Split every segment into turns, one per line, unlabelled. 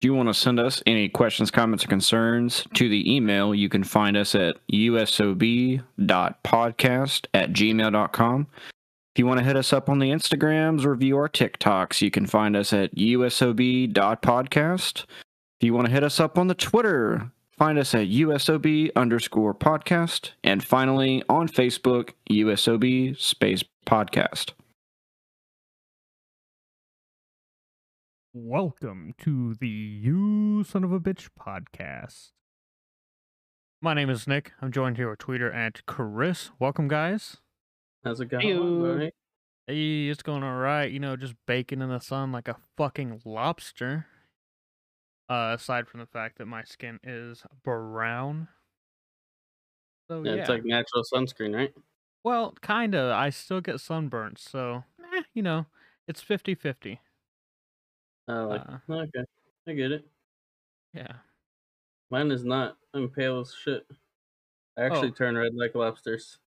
If you want to send us any questions, comments, or concerns to the email, you can find us at usob.podcast at gmail.com. If you want to hit us up on the Instagrams or view our TikToks, you can find us at usob.podcast. If you want to hit us up on the Twitter, find us at usob underscore podcast. And finally, on Facebook, usob space podcast.
Welcome to the You Son of a Bitch podcast. My name is Nick. I'm joined here with Tweeter and Chris. Welcome, guys.
How's it going?
Heyo.
Alright.
Hey, it's going all right. You know, just baking in the sun like a fucking lobster. Uh, aside from the fact that my skin is brown. So,
Yeah,
yeah.
It's like natural sunscreen, right?
Well, kind of. I still get sunburnt, so, eh, you know, it's 50 50.
Oh, like,
Uh.
okay. I get it.
Yeah.
Mine is not. I'm pale as shit. I actually
Oh.
turn red like lobsters.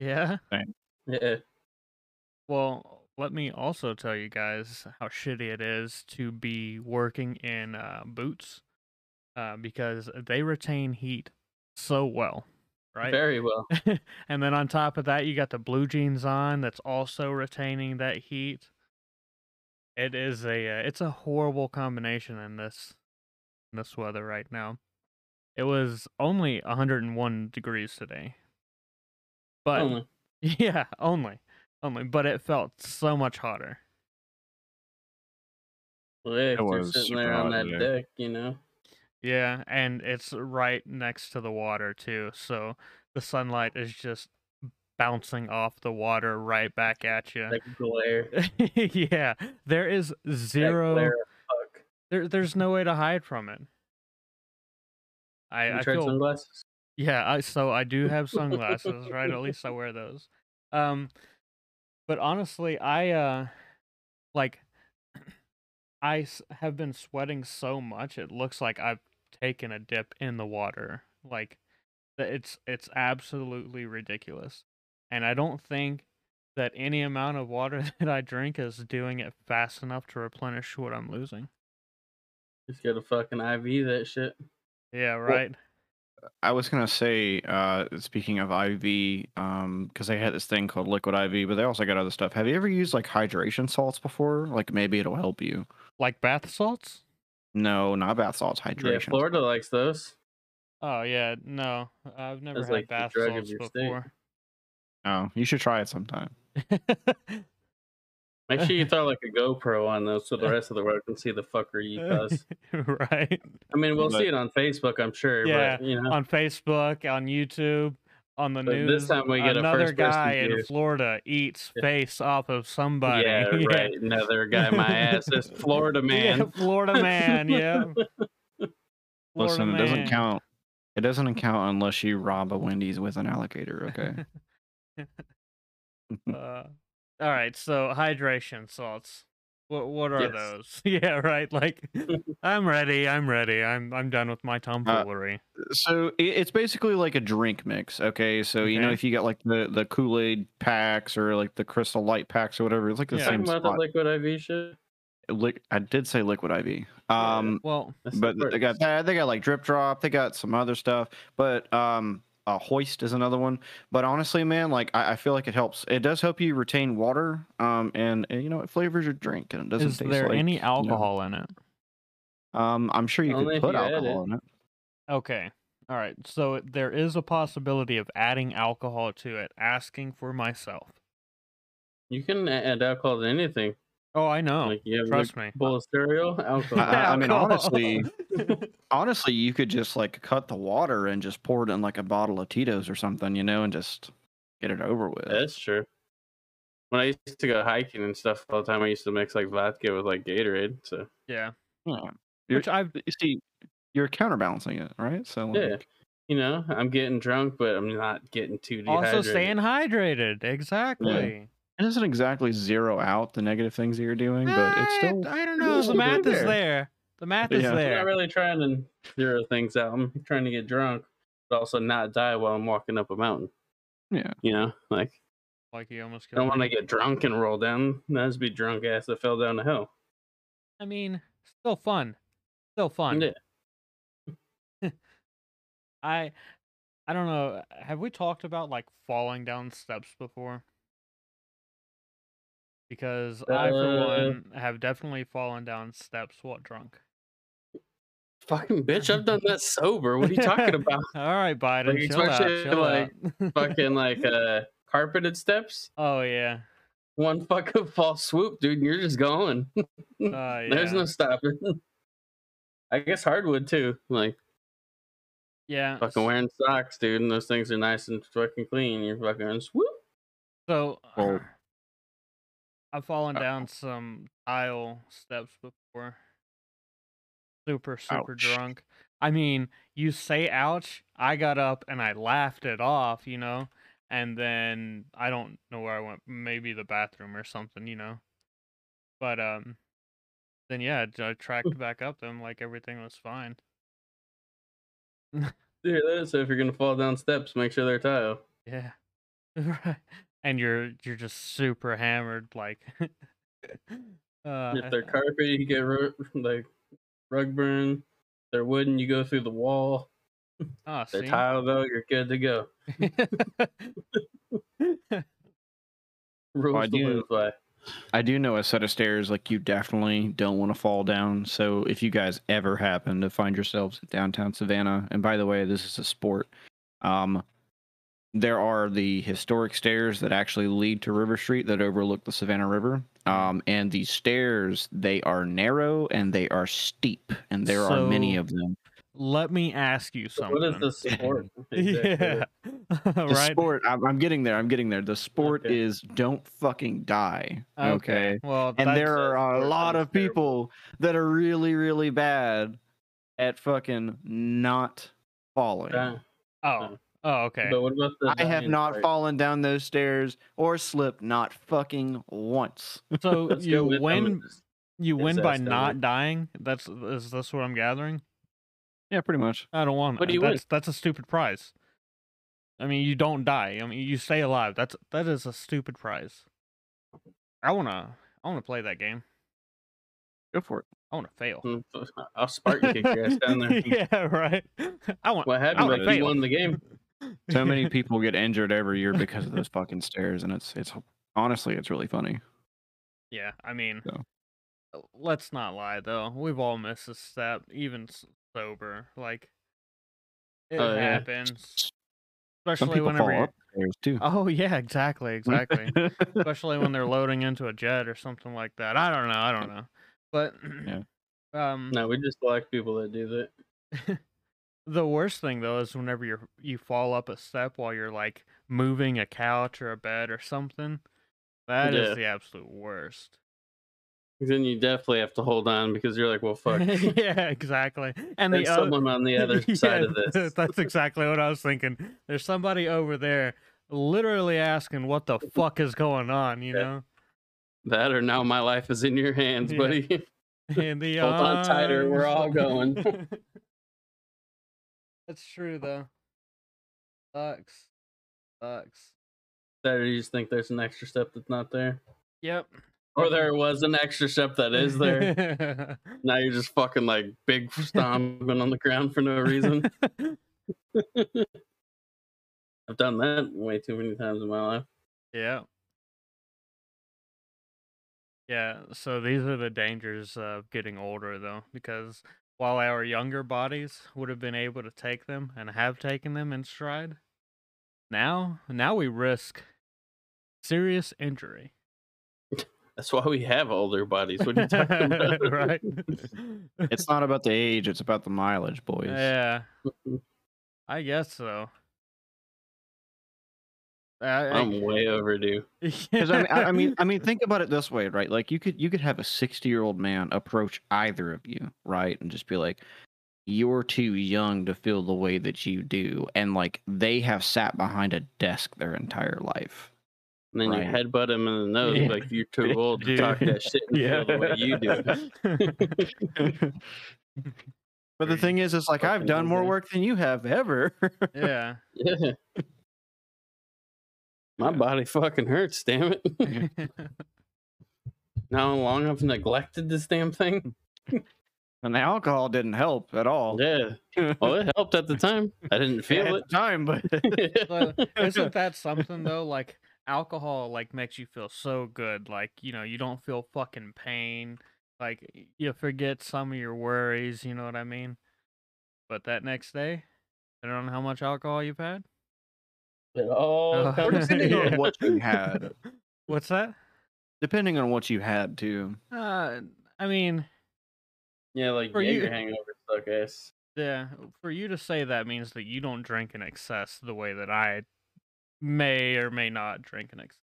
Yeah.
Yeah.
Well, let me also tell you guys how shitty it is to be working in uh, boots uh, because they retain heat so well, right?
Very well.
and then on top of that, you got the blue jeans on that's also retaining that heat. It is a uh, it's a horrible combination in this in this weather right now. It was only 101 degrees today. But
Only.
yeah, only. Only. But it felt so much hotter.
Well, yeah, 'cause you're
was
sitting
super
there on
hot
that
today.
deck, you know.
Yeah, and it's right next to the water too, so the sunlight is just bouncing off the water right back at you.
That glare.
yeah, there is
That glare
zero.
of fuck.
There, there's no way to hide from it. I,
You
I
tried
feel
sunglasses?
Yeah, I so I do have sunglasses, right? At least I wear those. Um but honestly, I uh like I s- have been sweating so much it looks like I've taken a dip in the water. Like th- it's it's absolutely ridiculous. And I don't think that any amount of water that I drink is doing it fast enough to replenish what I'm losing.
Just got to fucking IV that shit.
Yeah, right.
I was gonna say, uh, speaking of IV, um, because they had this thing called liquid IV, but they also got other stuff. Have you ever used like hydration salts before? Like maybe it'll help you.
Like bath salts?
No, not bath salts,
Yeah,
hydration.
Florida likes those.
Oh yeah, no, I've never
That's
had
like the
bath
drug of
salts
your state.
before.
Oh, you should try it sometime.
Make sure you throw like a GoPro on those so the rest of the world can see the fucker you cause.
right
I mean, we'll
But-
see it on Facebook, I'm sure.
Yeah,
But, you know,
on Facebook, on YouTube, on the
But this
news.
time we get a
another
first-person
guy in
view.
Florida eats face off of somebody.
Yeah, right. Another guy, my ass. This Florida man.
Yeah, Florida man. Yeah. Florida
Listen, it
man.
doesn't count. It doesn't count unless you rob a Wendy's with an alligator. Okay.
Uh, all right, so hydration salts. What what are
Yes.
those? Yeah, right. Like, I'm ready. I'm ready. I'm I'm done with my tomfoolery.
so Uh, it, it's basically like a drink mix. Okay. So you know
Okay.
if you got like the the Kool Aid packs or like the Crystal Light packs or whatever, it's like the
Yeah.
same
Talking about
spot.
the liquid IV shit.
Liq- I did say liquid IV.
Yeah.
Um.
well,
That's the
but th- they got
first.
that. They got like drip drop. They got some other stuff. But um, uh, hoist is another one. But honestly, man, like I, I feel like it helps. It does help you retain water. Um, and, uh, you know it flavors your drink and it doesn't
is
taste
there
like.
any alcohol in it?
um, I'm sure you could
Only if
put
you add
alcohol in it.
Okay. All right. So it- there is a possibility of adding alcohol to it, asking for myself.
You can a- add alcohol to anything.
Oh, I know.
like you have
trust
a
me.
bowl of cereal, alcohol.
uh, I- I- I mean,
Alcohol.
honestly- Honestly, you could just like cut the water and just pour it in like a bottle of Tito's or something, you know, and just get it over with.
That's true. When I used to go hiking and stuff all the time, I used to mix like vodka with like Gatorade. So
yeah.
Yeah. You're-
Which I've
You see, you're counterbalancing it, right? So
Mm-hmm.
yeah,
like,
you know, I'm getting drunk, but I'm not getting too dehydrated.
also staying hydrated. Exactly.
it doesn't exactly zero out the negative things that you're doing, but it's
I-
still
I, don't know. The
still
math is
there.
there. The math is
Yeah.
I'm not
there.
really trying to zero things out. I'm trying to get drunk. but also not die while I'm walking up a mountain.
Yeah.
You know, like
Like you almost
I
killed
don't want
me.
to get drunk and roll down. That'd just be drunk ass that fell down the hill.
I mean, still fun. Still fun.
Yeah.
I I don't know. Have we talked about like falling down steps before? Because I for
Uh,
one have definitely fallen down steps while drunk.
Fucking bitch, I've done that sober. What are you talking about?
All right, Biden,
Like,
chill out,
especially,
chill
like,
out.
fucking like uh carpeted steps.
oh yeah.
One fucking false swoop, dude, and you're just going.
Uh, yeah.
There's no stopping. I guess hardwood too. Like
yeah.
fucking wearing socks, dude, and those things are nice and fucking clean. You're fucking swoop.
So uh,
Well-
I've fallen
Uh-oh.
down some tile steps before. Super, super
Ouch.
drunk. I mean, you say ouch, I got up and I laughed it off, you know? And then I don't know where I went, maybe the bathroom or something, you know. But um then yeah, I- I tracked back up them like everything was fine.
Dude, that is- so if you're gonna fall down steps, make sure they're tile.
Yeah. Right. And you're you're just super hammered like uh,
if they're carpet, you get ru- like rug burn. If they're wooden, you go through the wall.
oh,
If they're
see?
tile though, you're good to go. Rules
I
to
do-
live by.
I do know a set of stairs like you definitely don't want to fall down. So if you guys ever happen to find yourselves in downtown Savannah, and by the way, this is a sport. Um, there are the historic stairs that actually lead to River Street that overlook the Savannah River. Um, and these stairs they are narrow and they are steep, and there are many
So-
of them.
Let me ask you
So
something.
What is the sport?
Yeah.
The
right.
sport, I'm, I'm getting there. I'm getting there. The sport
Okay.
is don't fucking die. okay?
Well,
and
that's-
there
that's
are a
where it
lot
sounds
of people that are really really bad at fucking not falling
Yeah.
Oh. Oh, okay.
But what about the
i have
dying
not
part?
fallen down those stairs or slipped not fucking once
So
Let's go
you
with- um, I'm
win.
gonna just-
You
his
win by
ass down.
not dying. That's is this what I'm gathering?
yeah pretty much
I don't want.
What do you win?
that's, That's a stupid prize. I mean, you don't die. I mean, you stay alive. That's that is a stupid prize. I wanna. I wanna play that game.
go for it
I wanna fail.
I'll Spartan kick your ass down there.
yeah. Right. I want.
What
I
happened?
wanna
Like, you
fail.
won the game.
so many people get injured every year because of those fucking stairs and it's it's honestly it's really funny
Yeah, I mean,
So.
uh, let's not lie though. We've all missed a step, even s- sober. Like it
Oh, yeah.
happens,
some
especially
people fall
whenever.
up
You're...
stairs too
Oh yeah, exactly, exactly. especially when they're loading into a jet or something like that. I don't know. I don't know. But um,
No, we just black people that do that.
the worst thing though is whenever you are you fall up a step while you're like moving a couch or a bed or something. That is
Yeah.
the absolute worst.
'Cause Then you definitely have to hold on because you're like, well, fuck. There's
yeah, exactly. And the other,
someone on the other
Yeah,
side of
th-
this.
That's exactly what I was thinking. There's somebody over there literally asking what the fuck is going on, you
Yeah.
know?
That or now my life is in your hands,
Yeah.
buddy.
And the
Hold on tighter, we're all
arms-
going.
that's true though. Sucks. Sucks.
that or you just think there's an extra step that's not there.
Yep.
Or there was an extra step that is there.
there?
now you're just fucking like big stomping on the ground for no reason. I've done that way too many times in my life.
Yeah. Yeah, so these are the dangers of getting older, though, because while our younger bodies would have been able to take them and have taken them in stride, now, now we risk serious injury.
That's why we have older bodies. What are you talking about?
right?
it's not about the age it's about the mileage boys
yeah, I guess so. I- I-
I'm way overdue.
Because I mean, I I mean, I mean, think about it this way, right? Like you could you could have a sixty year old man approach either of you, right, and just be like, "You're too young to feel the way that you do," and like they have sat behind a desk their entire life.
And then you
Right.
headbutt him in the nose,
Yeah.
like you're too old to
Dude.
talk that shit and feel the way you do.
do.
But the
Three
thing is, it's like I've
fucking
done more
days.
work than you have ever.
Yeah.
Yeah. My
Yeah.
body fucking hurts, damn it. Now long I've neglected this damn thing.
and the alcohol didn't help at all.
Yeah.
Oh,
Well, it helped at the time. I didn't
at
feel
the time, but
Well,
it.
Isn't that something though? Like alcohol like makes you feel so good. Like, you know, you don't feel fucking pain. Like y- you forget some of your worries, you know what I mean? But that next day, depending on how much alcohol you've had.
It all
Oh.
Or
comes
depending
together.
on what you had,
What's that?
depending on what you had too.
Uh I mean,
Yeah, like
For you-
Jaeger hangover suck ass.
yeah, for you to say that means that you don't drink in excess the way that I may or may not drink in excess.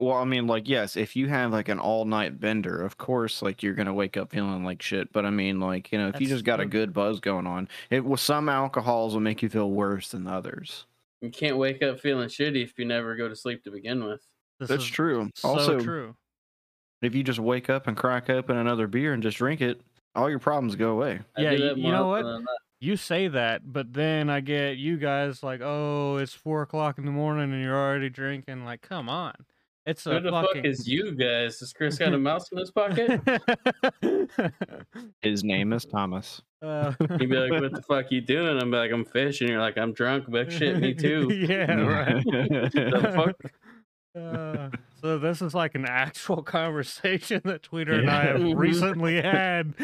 Well, I mean, like, yes, if you have like an all night bender, of course, like you're gonna wake up feeling like shit. But I mean, like, you know, if you
That's
just got a
true.
good buzz going on, it will some alcohols will make you feel worse than others.
You can't wake up feeling shitty if you never go to sleep to begin with.
This
That's
is
true.
So
also,
true.
if you just wake up and crack open another beer and just drink it, all your problems go away.
I
Yeah,
do
you-
that
you
more
know
often
what?
than not.
you say that, but then I get you guys like, oh, it's four o'clock in the morning and you're already drinking. Like, come on, it's a
Who the fuck
fucking.
is you guys? Does Chris got a mouse in his pocket?
His name is Thomas.
Uh,
He'd be like, "What the fuck you doing?" I'm like, "I'm fishing." You're like, "I'm drunk." But shit, me too.
yeah, right.
The fuck?
Uh, so this is like an actual conversation that Tweeter and I have
Yeah. Mhm.
recently had.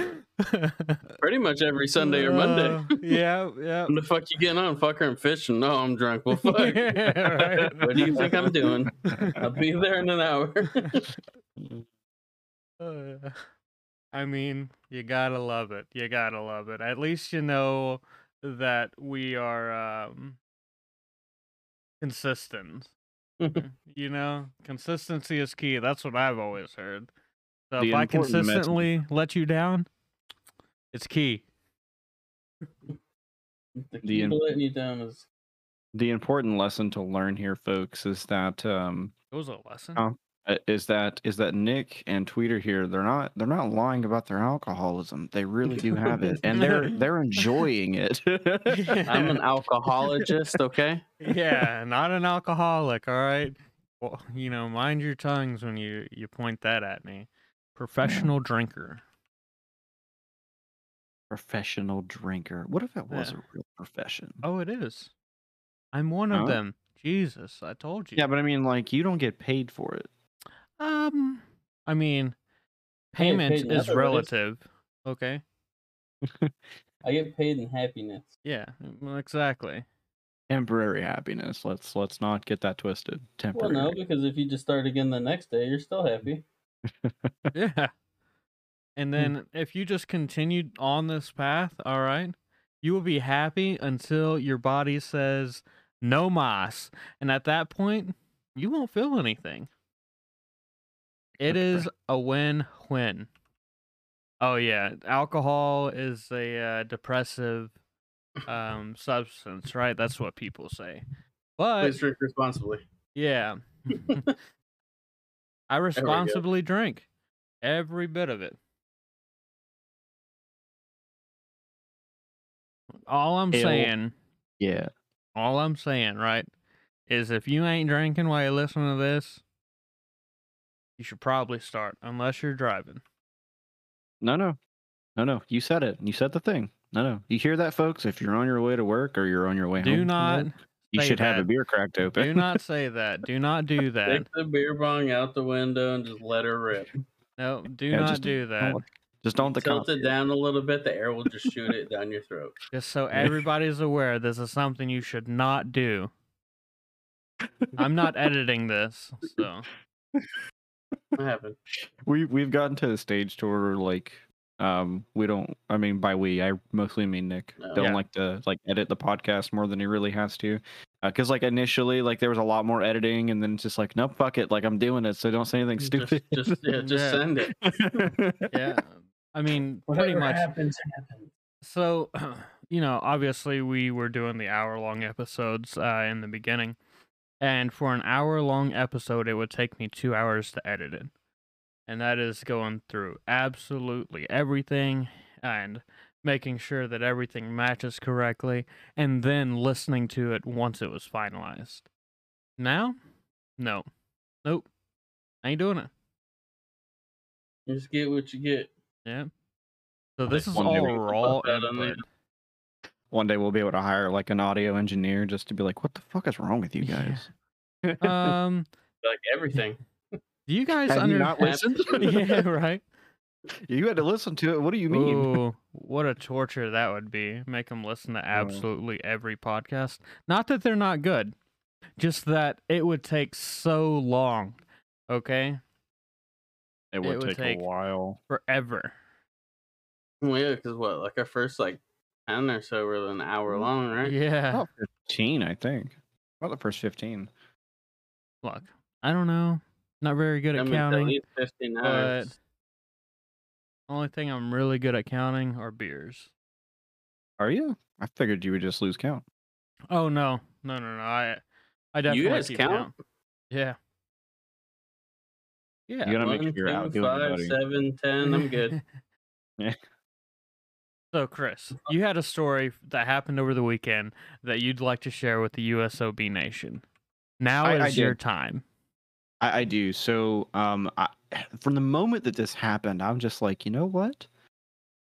Pretty much every Sunday or Monday.
Uh, yeah, yeah.
When the fuck you getting on, fucker? I'm fishing. No, I'm drunk. Well, fuck.
Yeah, right.
What do you think I'm doing? I'll be there in an hour.
Uh, I mean, you gotta love it. You gotta love it. At least you know that we are um, consistent. you know, consistency is key. That's what I've always heard. So
The
if I
important message.
consistently let you down, it's key.
the
The
key
in-
to letting you down is
the important lesson to learn here, folks, is that um,
It was a lesson.
Oh. uh, is that is that Nick and Tweeter here? They're not they're not lying about their alcoholism. They really do have it, and they're they're enjoying it.
I'm an alcoholologist, okay?
yeah, not an alcoholic. All right. Well, you know, mind your tongues when you you point that at me. Professional drinker.
Professional drinker. What if it was
Yeah.
a real profession?
Oh, it is. I'm one of
Huh?
them. Jesus, I told you.
Yeah, but I mean, like you don't get paid for it.
um, I mean,
I get
payment
paid in
is
other ways.
relative. Okay.
I get paid in happiness.
Yeah. mm, Exactly.
Temporary happiness. Let's let's not get that twisted.
Well,
Temporary.
no, because if you just start again the next day, you're still happy.
yeah.
Hmm.
And then if you just continued on this path, all right, you will be happy until your body says no mas, and at that point, you won't feel anything. It
That's
is a win-win. Oh yeah, alcohol is a uh, depressive um, substance, right? That's what people say. But
Please drink responsibly.
yeah. I responsibly drink every bit of it. All I'm
Ale.
saying,
Yeah.
all I'm saying, right, is if you ain't drinking while you listen to this, you should probably start, unless you're driving.
No, no, no, no. You said it. You said the thing. No, no. You hear that, folks? If you're on your way to work or you're on your way home,
Do
from
not,
work, You
say
should have a
that.
beer cracked open.
do not say that. Do not do that.
Take the beer bong out the window and just let her rip.
No, do
Yeah,
not
just
do that.
Don't let- Just don't the
Tilt
cops.
it down a little bit, the air will just shoot it down your throat.
Just so everybody's aware, this is something you should not do. I'm not editing this, so
What happened?
We we've gotten to the stage to where like um we don't I mean by we I mostly mean Nick
No.
don't
Oh, Yeah.
like to like edit the podcast more than he really has to because like initially like there was a lot more editing and then it's just like no fuck it like I'm doing it so don't say anything
Just,
stupid
just, yeah, just
Yeah.
send it.
yeah. I mean, pretty much.
happens, happens.
So, you know, obviously we were doing the hour long episodes uh, in the beginning, and for an hour long episode, it would take me two hours to edit it, and that is going through absolutely everything and making sure that everything matches correctly, and then listening to it once it was finalized. Now, no, nope, I ain't doing it.
You just get what you get.
Yeah. So this is
one
all
new
raw
about that, I mean.
input.
One day we'll be able to hire like an audio engineer just to be like, "What the fuck is wrong with you
Yeah.
guys?"
Um,
Like everything.
do you guys
Have you not
understand?
listened?
yeah, right.
you had to listen to it. What do you mean?
Ooh, what a torture that would be. Make them listen to absolutely every podcast. Not that they're not good, just that it would take so long, okay?
It
it
would
would
take,
take-
a while.
Forever.
Well, yeah, because what? Like our first like ten or so were an
Mm,
hour long, right?
Yeah.
About fifteen, I think. About the first fifteen.
Look, I don't know. Not very good
I
at
mean, at
counting.
least fifteen hours.
Only thing I'm really good at counting are beers.
Are you? I figured you would just lose count.
Oh no, no, no, no! I, I definitely
guys
keep
count?
count. Yeah. Yeah.
You gotta make
One,
sure you're
two,
outdoing
five,
everybody.
seven, ten. I'm good.
Yeah.
So, Chris, you had a story f- that happened over the weekend that you'd like to share with the USOB Nation. Now
I- I
is your
did.
time.
I, I do. So, um, I, from the moment that this happened, I'm just like, you know what?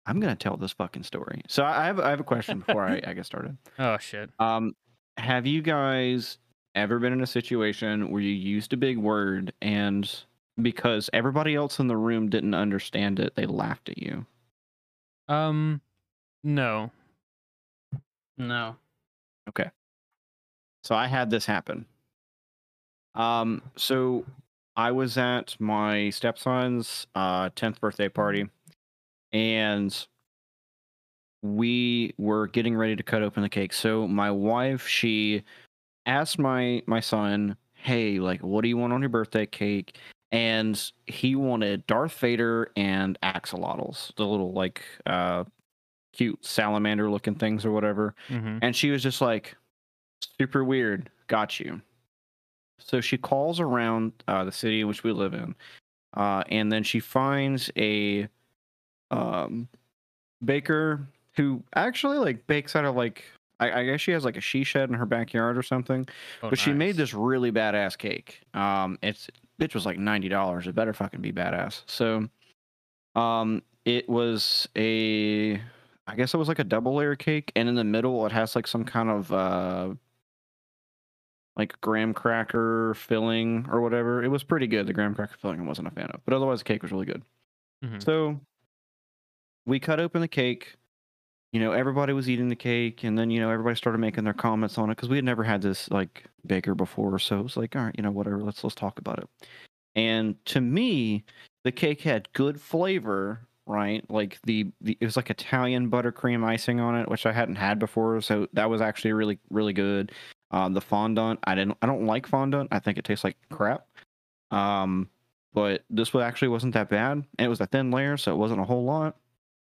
I'm gonna tell this fucking story. So I I have I have a question before I, I get started.
Oh shit!
Um, have you guys ever been in a situation where you used a big word and because everybody else in the room didn't understand it, they laughed at you?
Um, no.
No.
So I had this happen. Um, so I was at my stepson's uh, 10th birthday party, and we were getting ready to cut open the cake. So my wife, she asked my my son, "Hey, like, what do you want on your birthday cake?" And he wanted Darth Vader and axolotls, the little like uh, cute salamander looking things or whatever.
Mm-hmm.
And she was just like, super weird. Got you. So she calls around uh, the city in which we live in, uh, and then she finds a um, baker who actually like bakes out of like I, I guess she has like a she shed in her backyard or something.
Oh,
but she made
nice.
this really badass cake. Um, it's bitch was like ninety dollars. It better fucking be badass. So, um, it was a I guess it was like a double layer cake, and in the middle it has like some kind of uh like graham cracker filling or whatever. It was pretty good. The graham cracker filling I wasn't a fan of, but otherwise the cake was really good.
Mhm.
So we cut open the cake. You know, everybody was eating the cake, and then you know everybody started making their comments on it because we had never had this like baker before. So it was like, all right, you know, whatever. Let's let's talk about it. And to me, the cake had good flavor, right? Like the, the it was like Italian buttercream icing on it, which I hadn't had before, so that was actually really really good. Um, the fondant, I didn't, I don't like fondant. I think it tastes like crap. Um, but this one actually wasn't that bad. It was a thin layer, so it wasn't a whole lot.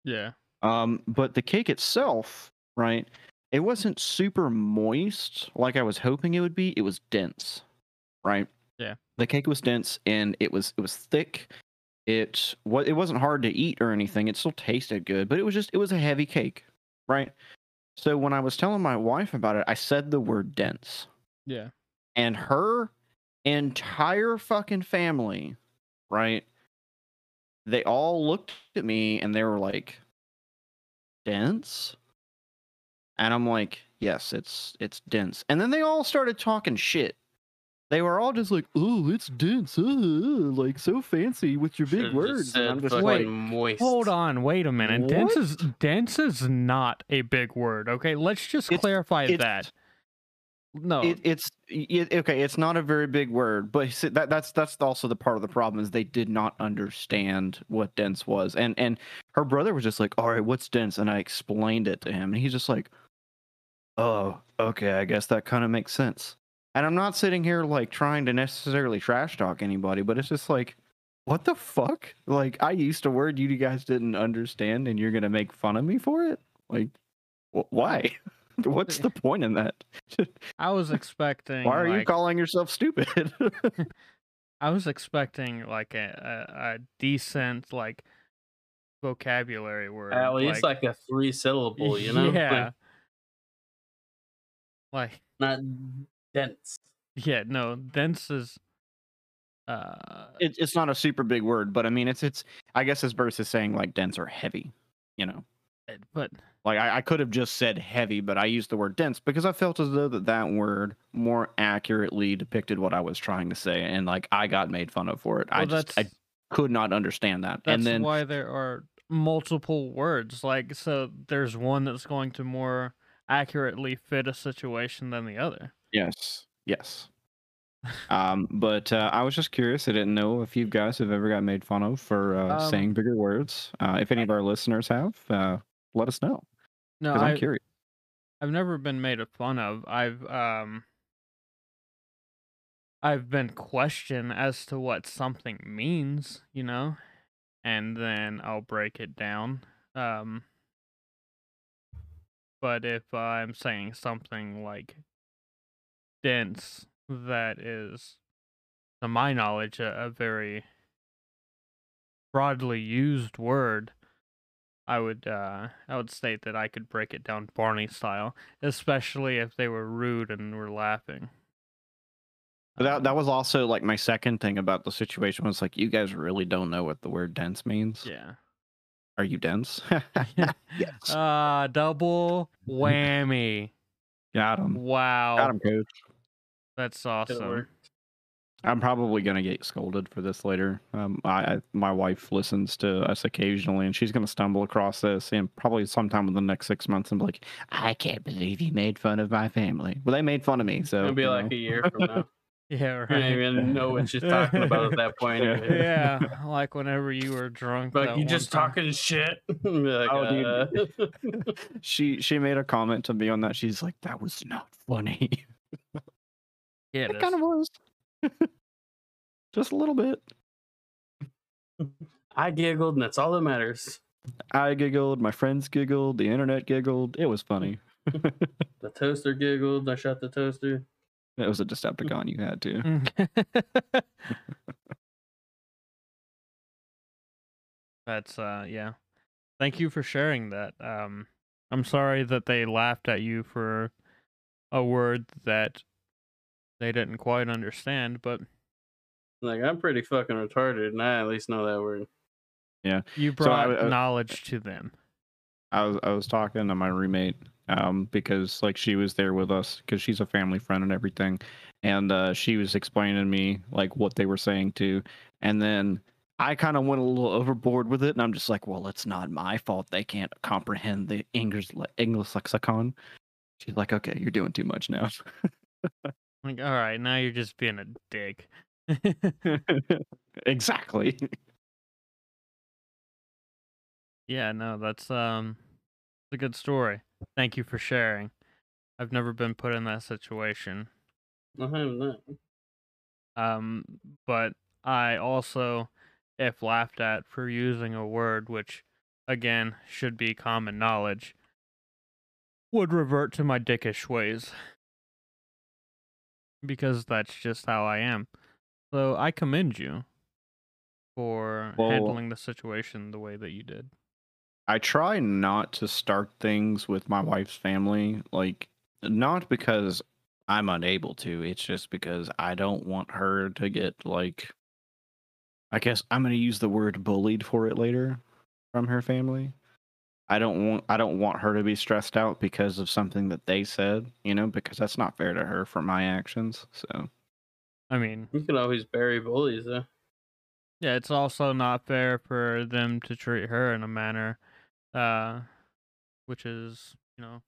Yeah.
Um, but the cake itself, right? It wasn't super moist like I was hoping it would be. It was dense, right?
Yeah.
The cake was dense and it was it was thick. It what it wasn't hard to eat or anything. It still tasted good, but it was just it was a heavy cake, right? So when I was telling my wife about it, I said the word dense
Yeah.
and her entire fucking family, right? They all looked at me and they were like, dense? And I'm like, yes, it's it's dense. And then they all started talking shit. They were all just like, oh, it's dense, uh, uh, like so fancy with your big
Should've just
words. And
Said
I'm just
fucking
like,
moist.
Hold on. Wait a minute. Dense
What?
is dense is not a big word. Okay. Let's just
It's-
clarify
it's-
that. No.
it, it's it, okay. It's not a very big word, but s- that, that's that's also the part of the problem is they did not understand what dense was, and and her brother was just like, "All right, what's dense?" And I explained it to him, and he's just like, "Oh, okay, I guess that kind of makes sense." And I'm not sitting here like trying to necessarily trash talk anybody, but it's just like, what the fuck? Like I used a word you guys didn't understand, and you're gonna make fun of me for it? Like, wh- why? What's the point in that?
I was expecting.
Why are you
like,
calling yourself stupid?
I was expecting like a, a, a decent like vocabulary word.
At least like, a three syllable, you know? Like,
Yeah. Like,
not dense.
yeah, no, dense is uh
It, it's not a super big word, but I mean, it's it's. I guess as Bruce is saying, like dense or heavy. You know,
it- but
like I, I could have just said heavy, but I used the word dense because I felt as though that that word more accurately depicted what I was trying to say, and like I got made fun of for it. I
well,
just I
that's-
could not understand that.
That's
and then
why there are multiple words. Like, so there's one that's going to more accurately fit a situation than the other.
yes, yes. um, but uh, I was just curious. I didn't know if you guys have ever got made fun of for uh,
Um,
saying bigger words. Uh, if any of our listeners have, uh, let us know
No,
because I'm
I,
curious.
I've never been made fun of. I've um, I've been questioned as to what something means, you know, and then I'll break it down. Um, but if I'm saying something like dense, that is, to my knowledge, a, a very broadly used word. I would uh I would state that I could break it down Barney style, especially if they were rude and were laughing.
But that that
Um,
was also like my second thing about the situation was like you guys really don't know what the word dense means.
yeah.
Are you dense? Yes.
Uh double whammy.
Got him. Got
Wow.
him, coach.
That's awesome.
worked.
I'm probably gonna get scolded for this later. Um, I, I my wife listens to us occasionally, and she's gonna stumble across this, and probably sometime in the next six months, and be like, "I can't believe you made fun of my family." Well, they made fun of me, so
It'll be
you
like
know.
a year from now.
Yeah,
I don't
right.
even know what she's talking about at that point.
Yeah.
Yeah, like whenever you were drunk.
But
that
you
one
just
time.
talking shit. like,
Oh,
uh,
she she made a comment to me on that. She's like, "That was not funny."
Yeah,
it
it
kind of
is.
was, just a little bit.
I giggled, and that's all that matters.
I giggled, my friends giggled, the internet giggled. It was funny.
The toaster giggled. I shot the toaster.
It was a Decepticon you had
Mm-hmm.
to. Mm-hmm.
That's uh yeah. Thank you for sharing that. Um I'm sorry that they laughed at you for a word that they didn't quite understand, but
Like I'm pretty fucking retarded, and I at least know that word.
you
So I
brought
w- uh,
knowledge to them.
I was I was talking to my roommate um because like she was there with us because she's a family friend and everything and uh she was explaining to me like what they were saying to and then I kind of went a little overboard with it and I'm just like well it's not my fault they can't comprehend the English le- English lexicon she's like okay you're doing too much now
Like, all right, now you're just being a dick.
exactly
yeah, no, that's um it's a good story. Thank you for sharing. I've never been put in that situation.
I have not.
um but i also if laughed at for using a word which again should be common knowledge would revert to my dickish ways because that's just how i am so i commend you for
Well-
handling the situation the way that you did
I try not to start things with my wife's family, like not because I'm unable to. It's just because I don't want her to get like I guess I'm going to use the word bullied for it later from her family. I don't want I don't want her to be stressed out because of something that they said, you know, because that's not fair to her for my actions. So,
i mean
You can always bury bullies though.
yeah it's also not fair for them to treat her in a manner uh which is you know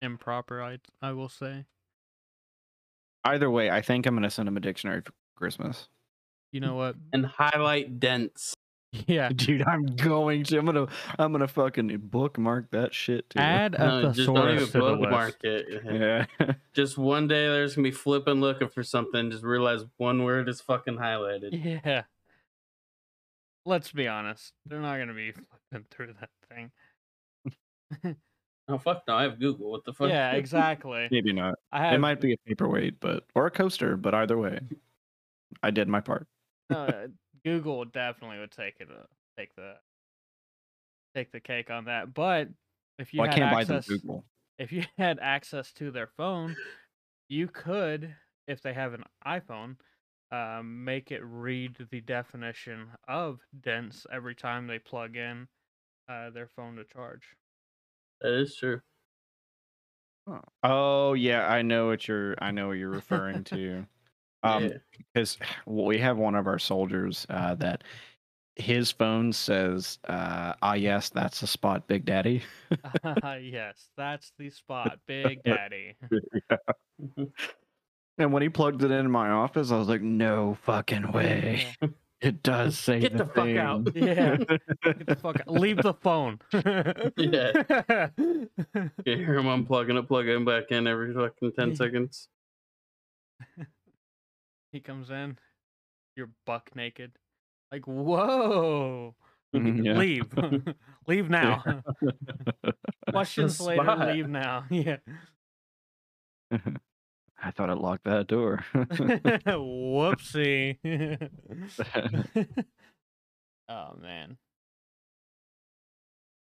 improper i i will say
either way, I think I'm going to send him a dictionary for Christmas.
you know what?
And highlight dense.
Yeah.
Dude, I'm going to. I'm gonna. I'm gonna fucking bookmark that shit too.
Add a
No, just don't even
thesaurus to the
bookmark
list.
it.
yeah.
Just one day there's gonna be flipping looking for something. Just realize one word is fucking highlighted.
Yeah. Let's be honest. They're not gonna be flipping through that thing.
Oh fuck no, I have Google. What the fuck?
Yeah, exactly.
Maybe not.
I have
It might be a paperweight, but or a coaster, but either way, I did my part.
uh, Google definitely would take it uh, take the take the cake on that. But if you
Well, I
had
can't buy them
access,
Google.
if you had access to their phone, you could, if they have an iPhone, um, make it read the definition of dense every time they plug in uh, their phone to charge.
That is true.
Oh yeah, I know what you're. I know what you're referring to. Um,
Yeah.
because we have one of our soldiers uh, that his phone says, uh, "Ah, yes, that's the spot, Big Daddy."
yes, that's the spot, Big
Yeah.
Daddy.
And when he plugged it in my office, I was like, "No fucking way! It does say
Get
the,
the fuck out.
thing."
Yeah. Get the fuck out. Leave the phone. yeah.
You hear him unplugging it, plug in back in every fucking
Yeah.
ten seconds.
he comes in. You're buck naked. Like, whoa.
Yeah.
Leave. leave now. Watch
The
this later.
spot.
Leave now. Yeah.
I thought it locked that door.
Whoopsie. oh man.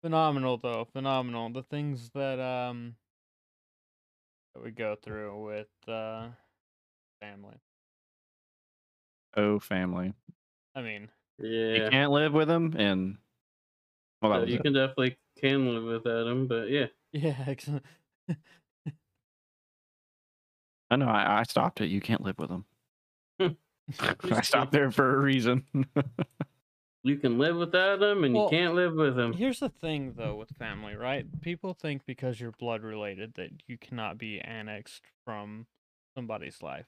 Phenomenal though, phenomenal. The things that um that we go through with uh family.
oh, family!
I mean,
You
Yeah.
can't live with him, and well, that
So
was
you
it.
can definitely can live without him, but yeah.
yeah, ex-
I know. I, I stopped it. You can't live with him. I
Hmm. You
stopped there for a reason.
You can live without him, and
Well,
you can't live with him.
here's the thing though with family, right? People think because you're blood related that you cannot be annexed from somebody's life.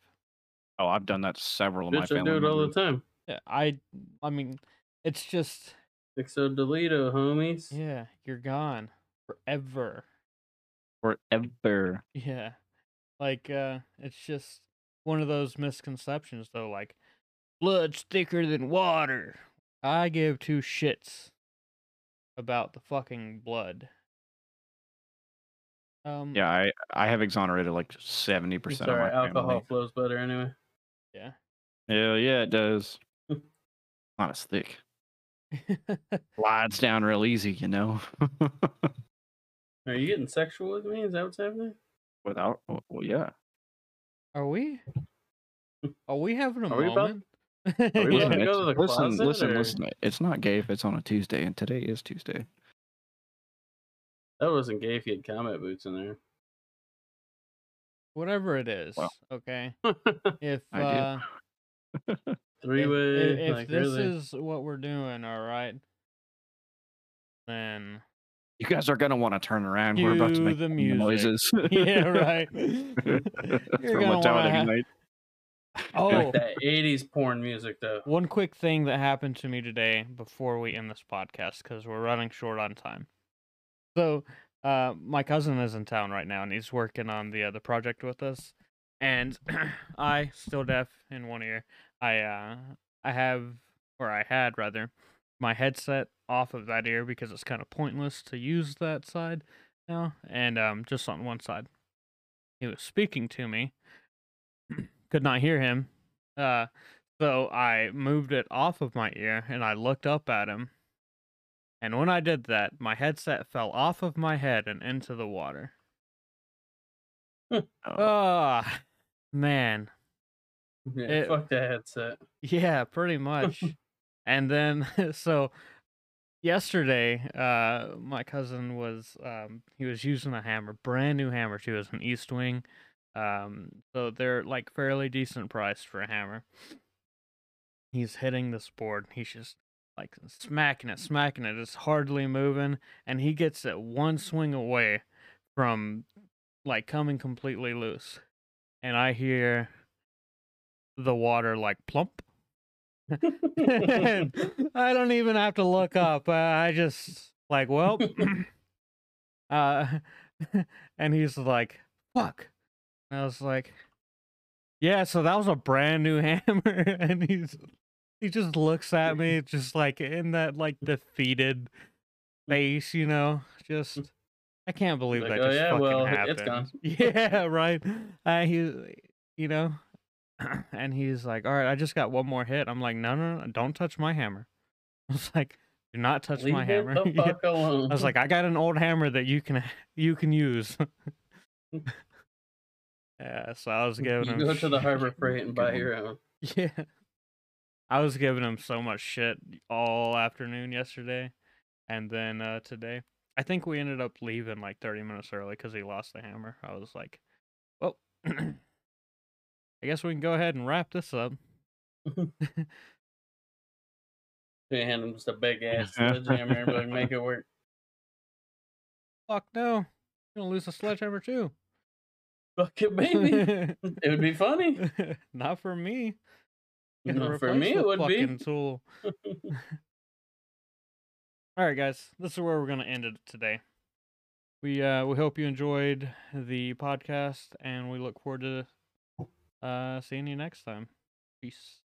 oh, I've done that to several of my
Bitch, I
family
do it all the
members.
time.
Yeah, I I mean, it's just
Exo Delito, homies.
yeah, you're gone forever.
Forever.
Yeah. Like uh it's just one of those misconceptions though, like blood's thicker than water. I give two shits about the fucking blood. Um
Yeah, I I have exonerated like seventy
It's
percent of my
alright, alcohol
family.
flows better anyway.
yeah.
Yeah, yeah, it does.
Hmm.
Not as thick. Slides down real easy, you know.
Are you getting sexual with me? Is that what's happening?
Without, well, yeah.
Are we Are we having a
Are we about-
moment?
Are we
Yeah.
listening?
Go to the
listen,
closet,
listen,
or-
listen. It's not gay if it's on a Tuesday, and today is Tuesday.
That wasn't gay if you had combat boots in there.
Whatever it is,
Well.
okay. If
I do.
uh
Three
if,
way.
if- if
like,
this
really.
is what we're doing, all right, then
You guys are gonna want to turn around. We're about to
Cue
make
the
funny noises.
yeah, right. You're
From
gonna
what's out
wanna ha-
every night.
oh,
Like that 80s porn music, though.
one quick thing that happened to me today before we end this podcast because we're running short on time. So, uh, my cousin is in town right now and he's working on the uh, the project with us. And I, still deaf in one ear, I uh, I have or I had rather my headset off of that ear because it's kind of pointless to use that side now, and um, just on one side. He was speaking to me, could not hear him. Uh, so I moved it off of my ear and I looked up at him. And when I did that, my headset fell off of my head and into the water.
Oh,
Ah, man.
Yeah,
it-
fuck that headset.
Yeah, pretty much. and then, so yesterday, uh, my cousin was, um, he was using a hammer, brand new hammer. She was an East Wing. Um, so they're like fairly decent priced for a hammer. He's hitting this board. and He's just like smacking it, smacking it. It's hardly moving, and he gets it one swing away from like coming completely loose. And I hear the water like plump. And I don't even have to look up. Uh, I just like, well, uh, and he's like, fuck. And I was like, yeah, so that was a brand new hammer. And he's, he just looks at me, just like in that like defeated face, you know, just, I can't believe
Mm. Like,
that
"Oh,
just
yeah,
fucking
well,
happened.
it's gone."
Yeah, right. Uh, he, you know, and he's like, all right, I just got one more hit. I'm like, no, no, no, don't touch my hammer. I was like, Do not touch
Leave
my
it
hammer.
The
Yeah.
fuck alone.
I was like, I got an old hammer that you can you can use. yeah, so I was giving
you
him
go to the
sh-
Harbor Freight and buy your own.
Yeah. I was giving him so much shit all afternoon yesterday and then uh today. I think we ended up leaving like 30 minutes early cuz he lost the hammer. I was like, "Well, I guess we can go ahead and wrap this up."
You hand him just a big ass sledgehammer and be like, make it work.
Fuck no. You're going to lose the sledgehammer too.
Fuck it, baby. It would be funny.
Not for me. Gotta
No, for
replace
me,
the
it would
fucking
be.
tool. All right, guys, this is where we're gonna end it today. We uh we hope you enjoyed the podcast, and we look forward to uh seeing you next time. Peace.